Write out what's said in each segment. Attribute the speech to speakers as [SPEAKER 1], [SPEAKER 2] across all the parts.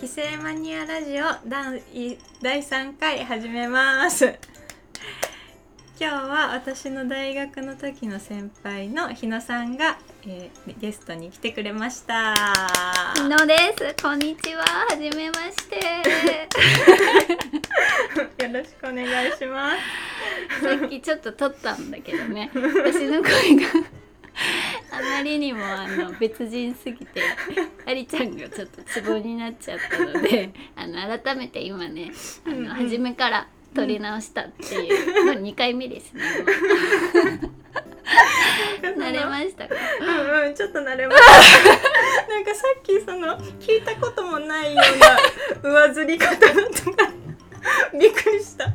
[SPEAKER 1] 帰省マニアラジオ第第3回始めます今日は私の大学の時の先輩の日野さんが、えーゲストに来てくれました
[SPEAKER 2] のです。こんにちは。はじめまして。
[SPEAKER 1] よろしくお願いします
[SPEAKER 2] さっきちょっと撮ったんだけどね。私の声があまりにもあの別人すぎて、ありちゃんがちょっとツボになっちゃったので、あの改めて今ね、あ
[SPEAKER 1] うんうん
[SPEAKER 2] の初めから撮り直したっ ていう、まあ2回目ですね。もう慣れましたか。
[SPEAKER 1] うんうんちょっと慣れました なんかさっきその聞いたこともないような上ずり方だったからびっくりした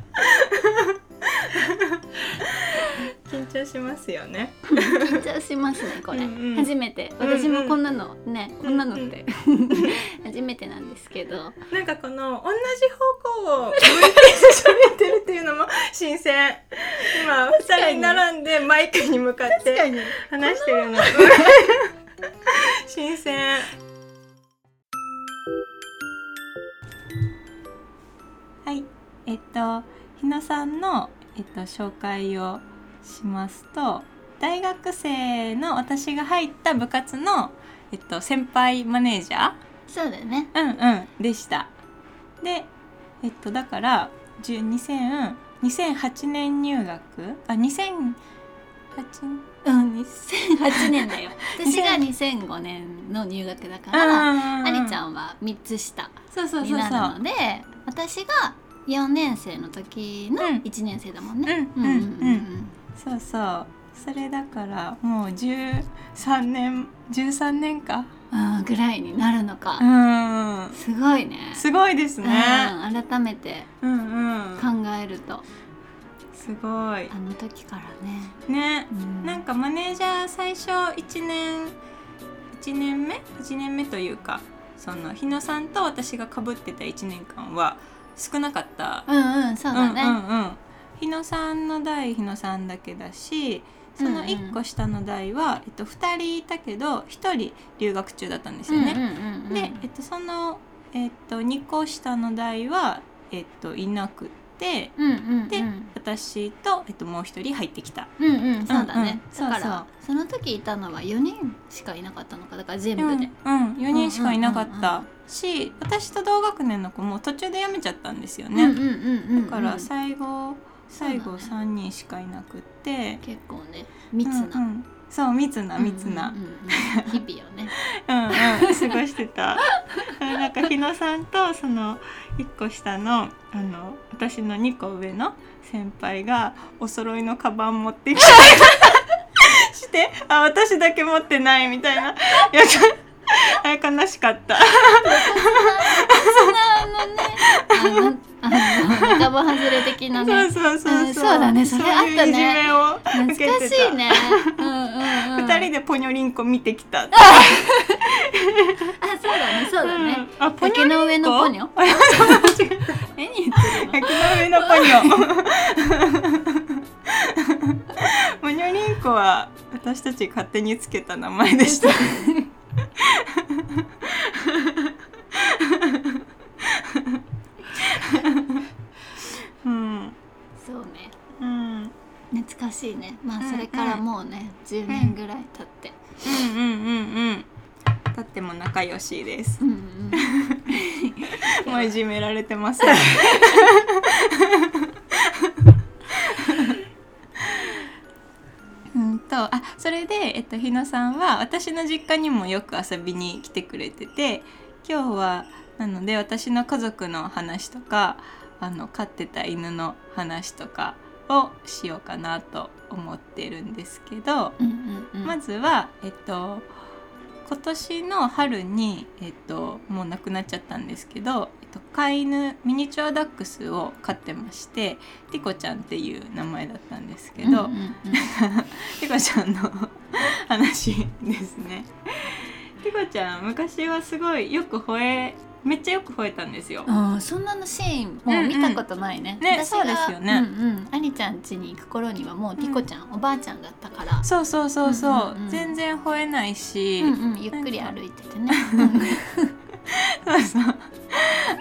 [SPEAKER 1] 緊張しますよね
[SPEAKER 2] 緊張しますねこれ、
[SPEAKER 1] うんうん
[SPEAKER 2] 初めて
[SPEAKER 1] うんうん
[SPEAKER 2] 私もこんなのね、こんなのって 初めてなんですけど
[SPEAKER 1] なんかこの同じ方向を向いて喋ってるっていうのも新鮮今二人並んでマイクに向かって話してるの新鮮はいえっと日野さんの、えっと、紹介をしますと大学生の私が入った部活の、えっと、先輩マネージャー
[SPEAKER 2] そうだよね
[SPEAKER 1] うんうんでしたでえっとだから10 2000 2008年入学あ2008
[SPEAKER 2] うん2008年 だよ私が2005年の入学だから、
[SPEAKER 1] あ
[SPEAKER 2] ありちゃ
[SPEAKER 1] ん
[SPEAKER 2] んは3つ下
[SPEAKER 1] そうそう
[SPEAKER 2] に
[SPEAKER 1] そう
[SPEAKER 2] な
[SPEAKER 1] そ
[SPEAKER 2] る
[SPEAKER 1] う
[SPEAKER 2] ので私が4年生の時の
[SPEAKER 1] うん
[SPEAKER 2] 1年生だもんね、
[SPEAKER 1] うんうんうん
[SPEAKER 2] うん
[SPEAKER 1] そうそうそれだからもう13年13年か
[SPEAKER 2] うんうんぐらいになるのか、
[SPEAKER 1] うん
[SPEAKER 2] すごいね
[SPEAKER 1] すごいですね
[SPEAKER 2] うん、改めて
[SPEAKER 1] うんうん
[SPEAKER 2] 考えると、
[SPEAKER 1] すごい
[SPEAKER 2] あの時からね、
[SPEAKER 1] ね
[SPEAKER 2] うん
[SPEAKER 1] なんかマネージャー最初1年1年目1年目というかその日野さんと私がかぶってた1年間は少なかった、
[SPEAKER 2] うんうんそうだね、
[SPEAKER 1] うんうんうん日野さんの代日野さんだけだしその1個下の代は、えっと、2人いたけど1人留学中だったんですよね。
[SPEAKER 2] うんうんうんうん、
[SPEAKER 1] で、えっと、その、えっと、2個下の代は、えっと、いなくて
[SPEAKER 2] うんうんうん、
[SPEAKER 1] で私と、えっと、もう1人入ってきた。
[SPEAKER 2] うんうんそうだね、
[SPEAKER 1] うんうん
[SPEAKER 2] だか
[SPEAKER 1] そ
[SPEAKER 2] ら
[SPEAKER 1] う
[SPEAKER 2] その時いたのは4人しかいなかったのかだから全部で、
[SPEAKER 1] うん、うん、4人しかいなかっ
[SPEAKER 2] うんうんうん
[SPEAKER 1] たし、私と同学年の子も途中で辞めちゃったんですよ
[SPEAKER 2] うんうん
[SPEAKER 1] ね、
[SPEAKER 2] うんうん、
[SPEAKER 1] だから最後最後
[SPEAKER 2] そうだ
[SPEAKER 1] 3人しかいなくって
[SPEAKER 2] 結構ね密
[SPEAKER 1] うん
[SPEAKER 2] な、
[SPEAKER 1] うんそう密な密
[SPEAKER 2] う
[SPEAKER 1] なん
[SPEAKER 2] うんうんうん、日々をね
[SPEAKER 1] うんうん過ごしてたなんか日野さんとその1個下のあの私の2個上の先輩がお揃いのカバン持ってき てしてあ私だけ持ってないみたいないやあれ悲しかった
[SPEAKER 2] あのねあのあの仲間外れ的なね
[SPEAKER 1] そうそうそうそう
[SPEAKER 2] うんそうだねそれあっ
[SPEAKER 1] そう
[SPEAKER 2] たね
[SPEAKER 1] いういじめを
[SPEAKER 2] 懐
[SPEAKER 1] 受けてた
[SPEAKER 2] かしいねうんうん、うん、
[SPEAKER 1] 二人でポニョリンコ見てきたって
[SPEAKER 2] あそうだねそうだね、
[SPEAKER 1] うんあポニョ
[SPEAKER 2] 竹の上のポニョえに言ってる
[SPEAKER 1] 焼
[SPEAKER 2] の
[SPEAKER 1] きの上のポニョポニョリンコは私たち勝手につけた名前でしたうん
[SPEAKER 2] そうね
[SPEAKER 1] うん
[SPEAKER 2] 懐かしいねま
[SPEAKER 1] うん
[SPEAKER 2] あそれからもうね、10年ぐらい経って、
[SPEAKER 1] うんうんうんうんとっても仲良しです
[SPEAKER 2] うんうん、
[SPEAKER 1] もういじめられてます。うんとあそれで、えっと、日野さんは私の実家にもよく遊びに来てくれてて今日はなので私の家族の話とかあの飼ってた犬の話とかをしようかなと思ってるんですけど、
[SPEAKER 2] うんうんうん
[SPEAKER 1] まずは、えっと、今年の春に、えっと、もう亡くなっちゃったんですけど、えっと、飼い犬ミニチュアダックスを飼ってましてティコちゃんっていう名前だったんですけど、
[SPEAKER 2] うんうんうん
[SPEAKER 1] ティコちゃんの 話ですね。ティコちゃん昔はすごいよく吠えめっちゃよく吠えたんですよ。
[SPEAKER 2] あーそんなのシーンもう見たことないね。
[SPEAKER 1] うんうんね
[SPEAKER 2] 私が
[SPEAKER 1] そうですよね
[SPEAKER 2] うんうん。アリちゃん家に行く頃にはもうティコちゃん、おばあちゃんだったから、
[SPEAKER 1] そうそうそうそう,、
[SPEAKER 2] うんうんうん
[SPEAKER 1] 全然吠えないし、
[SPEAKER 2] うんうんゆっくり歩いててね。
[SPEAKER 1] そうそう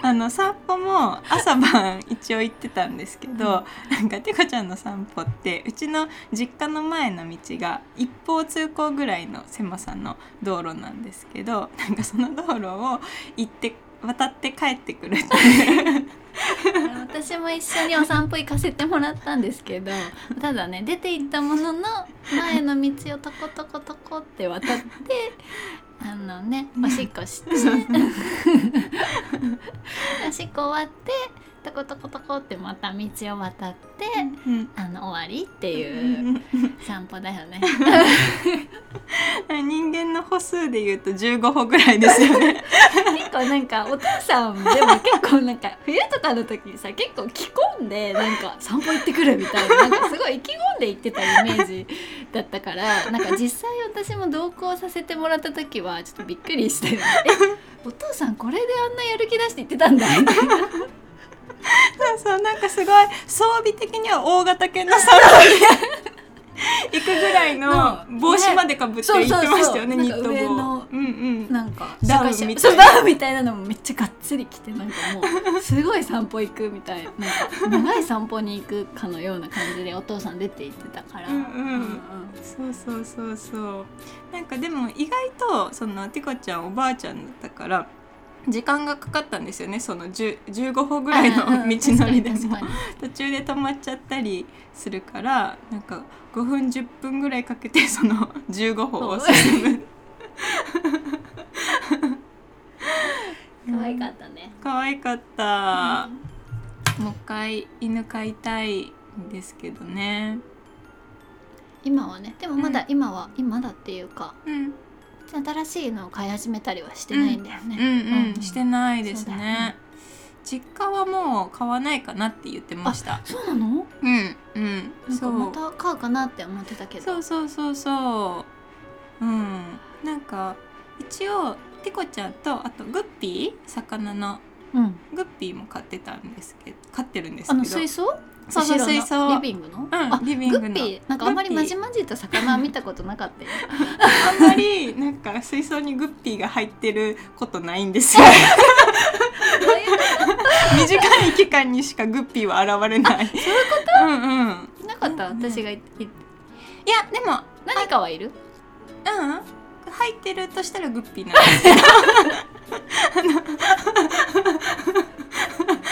[SPEAKER 1] あの散歩も朝晩一応行ってたんですけど、なんかてこちゃんの散歩ってうちの実家の前の道が一方通行ぐらいの狭さの道路なんですけ どなんかその道路を行って渡って帰ってくるっていう
[SPEAKER 2] 私も一緒にお散歩行かせてもらったんですけ どただね出て行ったものの前の道をトコトコトコって渡 ってあのねおしっこして おしっこ終わってトコトコトコってまた道を渡って
[SPEAKER 1] うん
[SPEAKER 2] あの終わりって
[SPEAKER 1] う
[SPEAKER 2] いうん散歩だよね。
[SPEAKER 1] 人間の歩数で言うと15歩ぐらいですよね。
[SPEAKER 2] 結構なんかお父さんでも結構なんか冬とかの時にさ結構着込んでなんか散歩行ってくるみたいななんかすごい意気込んで行ってたイメージだったからなんか実際私も同行させてもらった時はちょっとびっくりしてえお父さんこれであんなやる気出して行ってたんだみたいな
[SPEAKER 1] そうそうなんかすごい装備的には大型犬の散歩に行くぐらいの
[SPEAKER 2] うん
[SPEAKER 1] 帽子までかぶって行ってましたよね
[SPEAKER 2] ね
[SPEAKER 1] ニット
[SPEAKER 2] そうそうそうな
[SPEAKER 1] 帽
[SPEAKER 2] んか。
[SPEAKER 1] うんうん。
[SPEAKER 2] なんか
[SPEAKER 1] ダウンみたいな
[SPEAKER 2] そうダウンみたいなのもめっちゃがっつり着てなんかもうすごい散歩行くみたいななんか長い散歩に行くかのような感じでお父さん出て行ってたから、
[SPEAKER 1] うんうん
[SPEAKER 2] うん
[SPEAKER 1] そうそうそうそう。なんかでも意外とそのティコちゃんおばあちゃんだったから時間がかかったんですよねその10 15歩ぐらいの
[SPEAKER 2] うんう ん
[SPEAKER 1] 道のりで
[SPEAKER 2] 確
[SPEAKER 1] も
[SPEAKER 2] かに確か。に
[SPEAKER 1] 途中で止まっちゃったりするからなんか5分10分ぐらいかけてその15歩を進む
[SPEAKER 2] 可愛かったね、
[SPEAKER 1] 可愛かった、もう一回犬飼いたいんですけどね
[SPEAKER 2] 今はねでもまだ今は、今だっていうか
[SPEAKER 1] うん
[SPEAKER 2] 新しいのを飼い始めたりはしてないんだよね、
[SPEAKER 1] うん
[SPEAKER 2] う
[SPEAKER 1] うんんしてないです
[SPEAKER 2] そうだ
[SPEAKER 1] ね
[SPEAKER 2] よね
[SPEAKER 1] 実家はもう飼わないかなって言ってました
[SPEAKER 2] そうなの
[SPEAKER 1] うんうん
[SPEAKER 2] なん
[SPEAKER 1] そ
[SPEAKER 2] か
[SPEAKER 1] う
[SPEAKER 2] また飼うかなって思ってたけど
[SPEAKER 1] そうそうそうそううんなんか一応テコちゃんとあとグッピー魚の
[SPEAKER 2] うん、
[SPEAKER 1] グッピーも飼ってたんですけど飼ってるんです
[SPEAKER 2] あ
[SPEAKER 1] けど
[SPEAKER 2] の水槽
[SPEAKER 1] そうそう
[SPEAKER 2] 後ろの
[SPEAKER 1] 水槽
[SPEAKER 2] リビングの、
[SPEAKER 1] ん
[SPEAKER 2] あ
[SPEAKER 1] リビングの
[SPEAKER 2] グッピーなんかあんまり
[SPEAKER 1] グッ
[SPEAKER 2] ま
[SPEAKER 1] ピ
[SPEAKER 2] じ
[SPEAKER 1] ー
[SPEAKER 2] まじと魚は見たことなかったよ
[SPEAKER 1] あんまりなんか水槽にグッピーが入ってることないんですよ
[SPEAKER 2] どういうこ
[SPEAKER 1] 短い期間にしかグッピーは現れないそういうことうんうん
[SPEAKER 2] となかった
[SPEAKER 1] うんうん
[SPEAKER 2] 私がいい
[SPEAKER 1] いやでも
[SPEAKER 2] 何かはいる
[SPEAKER 1] うん入ってるとしたらグッピーなんですけど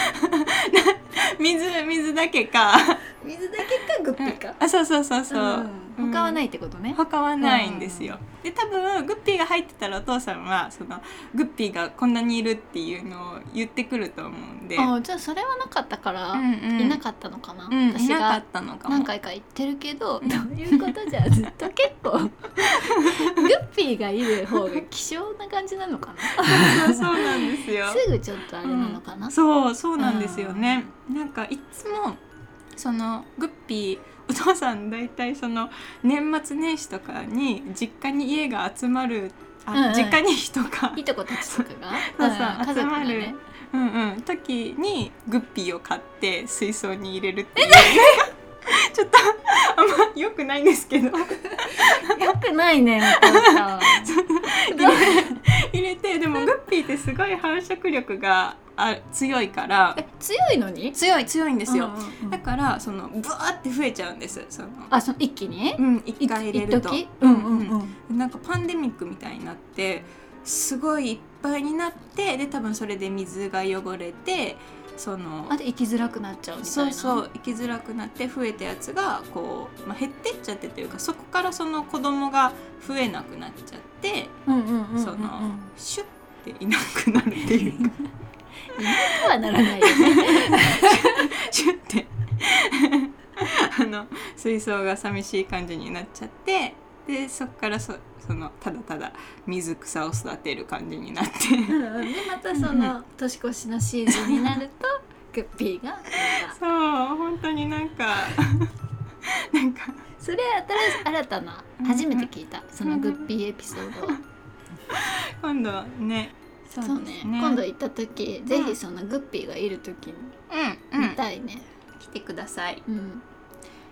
[SPEAKER 1] あの 水水だけか
[SPEAKER 2] 水だけかグッピーか、
[SPEAKER 1] あそうそうそうそう、
[SPEAKER 2] うん、他はないいってことね、
[SPEAKER 1] 他はないんですよ、で多分グッピーが入ってたらお父さんはそのグッピーがこんなにいるっていうのを言ってくると思うんで、
[SPEAKER 2] あじゃあそれはなかったから、
[SPEAKER 1] うんうん
[SPEAKER 2] いなかったのかな、
[SPEAKER 1] うん、い
[SPEAKER 2] 私
[SPEAKER 1] なか
[SPEAKER 2] が
[SPEAKER 1] ったのかも
[SPEAKER 2] 何回か言ってるけどどういうことじゃずっと結 構グッピーがいる方が希少な感じなの か
[SPEAKER 1] そう そうなんですよ
[SPEAKER 2] なすぐちょっとあれなのかな、
[SPEAKER 1] うんそうそうなんですよね、なんかいつもそのグッピーお父さん大体その年末年始とかに実家に家が集まるあ、
[SPEAKER 2] うんうん
[SPEAKER 1] 実家に人が
[SPEAKER 2] いとこたちとかが
[SPEAKER 1] そうそうん
[SPEAKER 2] 家族が
[SPEAKER 1] 集
[SPEAKER 2] ね
[SPEAKER 1] うんうん、時にグッピーを買って水槽に入れるっていう ちょっとあんま良くないんですけど
[SPEAKER 2] よくないねお父さん
[SPEAKER 1] 入れてでもグッピーってすごい繁殖力があ強いから
[SPEAKER 2] え強いのに
[SPEAKER 1] 強い強いんですよ、
[SPEAKER 2] うんうんう
[SPEAKER 1] だ
[SPEAKER 2] ん
[SPEAKER 1] からそのブワーって増えちゃうんですその
[SPEAKER 2] あその一気に
[SPEAKER 1] うん一回入れると
[SPEAKER 2] 一時
[SPEAKER 1] うんうん
[SPEAKER 2] うん
[SPEAKER 1] なんかパンデミックみたいになってすごいいっぱいになってで多分それで水が汚れてその
[SPEAKER 2] あと生きづらくなっちゃうみたい
[SPEAKER 1] そ
[SPEAKER 2] な
[SPEAKER 1] うそう生きづらくなって増えたやつがこう、まあ、減ってっちゃってというかそこからその子供が増えなくなっちゃって
[SPEAKER 2] うんうんうんうんうん
[SPEAKER 1] そのシュッていなくなるっていう か
[SPEAKER 2] いなくはならないよね
[SPEAKER 1] シュッてあの水槽が寂しい感じになっちゃってでそこからそそのただただ水草を育てる感じになって。
[SPEAKER 2] うんうんでまたその年越しのシーズンになるとグッピ ーがまた
[SPEAKER 1] そう本当になん かなんか
[SPEAKER 2] それ新し新たな
[SPEAKER 1] うんうん
[SPEAKER 2] 初めて聞いたそのグッピーエピソードは
[SPEAKER 1] 今度ねそ
[SPEAKER 2] そう
[SPEAKER 1] で
[SPEAKER 2] ね
[SPEAKER 1] す
[SPEAKER 2] 今度行った時ぜひそのグッピーがいる時に
[SPEAKER 1] うん、う
[SPEAKER 2] 見
[SPEAKER 1] ん、
[SPEAKER 2] たいね
[SPEAKER 1] 来てください
[SPEAKER 2] うん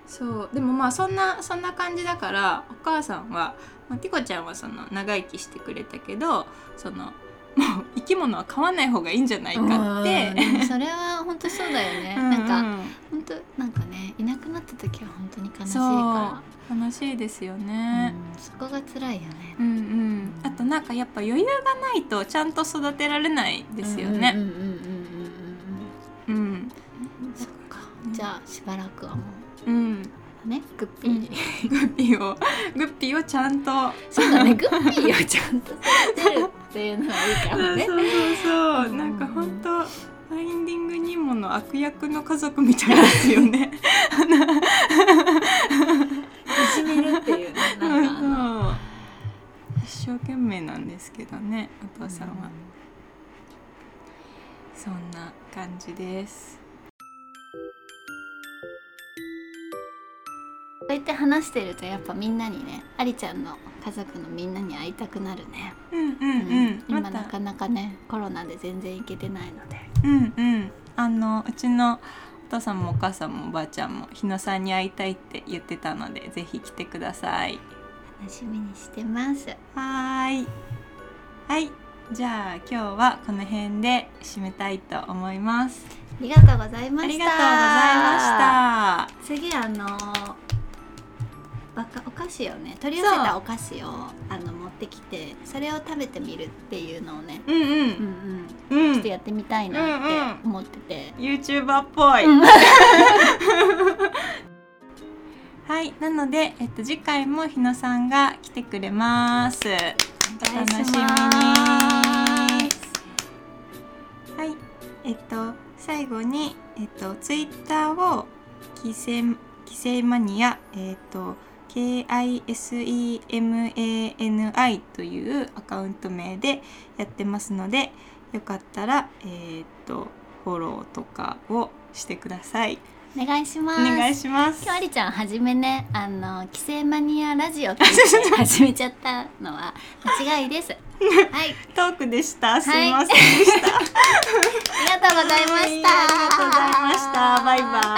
[SPEAKER 1] そうでもまあそんなそんな感じだからお母さんは、まあ、ティコちゃんはその長生きしてくれたけどそのもう生き物は飼わない方がいいんじゃないかっ
[SPEAKER 2] うん
[SPEAKER 1] て
[SPEAKER 2] でもそれは本当そうだよ ね
[SPEAKER 1] うん
[SPEAKER 2] なんか
[SPEAKER 1] うん
[SPEAKER 2] 本当なんかねいなくなった時は本当に悲しい
[SPEAKER 1] そ
[SPEAKER 2] か
[SPEAKER 1] う楽しいですよ
[SPEAKER 2] ら
[SPEAKER 1] ね、
[SPEAKER 2] うんそこが辛いよね
[SPEAKER 1] うんうん、あとなんかやっぱ余裕がないとちゃんと育てられないですよ
[SPEAKER 2] うん
[SPEAKER 1] ね。
[SPEAKER 2] うんうんうんうん
[SPEAKER 1] うん、
[SPEAKER 2] うんうんそっか
[SPEAKER 1] うん
[SPEAKER 2] じゃあしばらくはも
[SPEAKER 1] うん、
[SPEAKER 2] うねグッピ
[SPEAKER 1] うん
[SPEAKER 2] ー
[SPEAKER 1] グッピーをグッピーをちゃんと。
[SPEAKER 2] そ うだねグッピーをちゃんと育てるっていうのはいいかも
[SPEAKER 1] そう
[SPEAKER 2] ね
[SPEAKER 1] そうそうう、
[SPEAKER 2] ん
[SPEAKER 1] なんか本当ファインディングニモの悪役の家族みたいですよね。
[SPEAKER 2] いじめるっていうね
[SPEAKER 1] そ
[SPEAKER 2] なんかあの
[SPEAKER 1] う。一生懸命なんですけどね、お父さんは。そんな感じです。
[SPEAKER 2] そうやって話してるとやっぱみんなにねありちゃんの家族のみんなに会いたくなるね、
[SPEAKER 1] うんうう
[SPEAKER 2] うん
[SPEAKER 1] ん。
[SPEAKER 2] 今
[SPEAKER 1] また
[SPEAKER 2] なかなかねコロナで全然行けてないので
[SPEAKER 1] うんうんあのうちのお父さんもお母さんもおばあちゃんも日野さんに会いたいって言ってたのでぜひ来てください
[SPEAKER 2] 楽しみにしてます
[SPEAKER 1] はーいはいじゃあ今日はこの辺で締めたいと思います
[SPEAKER 2] ありがとうございました
[SPEAKER 1] ありがとうございました
[SPEAKER 2] 次あのバカお菓子をね取り寄せたお菓子をあの持ってきてそれを食べてみるっていうのをね、
[SPEAKER 1] うんう
[SPEAKER 2] うん
[SPEAKER 1] ん
[SPEAKER 2] うん、
[SPEAKER 1] うん、
[SPEAKER 2] ちょっとやってみたいなっ
[SPEAKER 1] うん
[SPEAKER 2] て
[SPEAKER 1] うん
[SPEAKER 2] 思ってて、
[SPEAKER 1] YouTuber っぽい、
[SPEAKER 2] うん
[SPEAKER 1] はいなので、えっと、次回も日野さんが来てくれますお
[SPEAKER 2] お
[SPEAKER 1] 楽し
[SPEAKER 2] 願
[SPEAKER 1] み
[SPEAKER 2] い
[SPEAKER 1] に
[SPEAKER 2] します
[SPEAKER 1] はい、えっと最後にえっとツイッターを規制規制マニアえっと KISEMANI というアカウント名でやってますのでよかったらえっとフォローとかをしてください。
[SPEAKER 2] お願いしま
[SPEAKER 1] お
[SPEAKER 2] す
[SPEAKER 1] 願いします
[SPEAKER 2] 今。日ありちゃんはじめねあの「規制マニアラジオ」って言 って始めちゃったのは間違いです。はい、
[SPEAKER 1] トークでした。すいませんでした。
[SPEAKER 2] ありがとうございまし
[SPEAKER 1] は
[SPEAKER 2] た。
[SPEAKER 1] いありがとうございましたバイバイ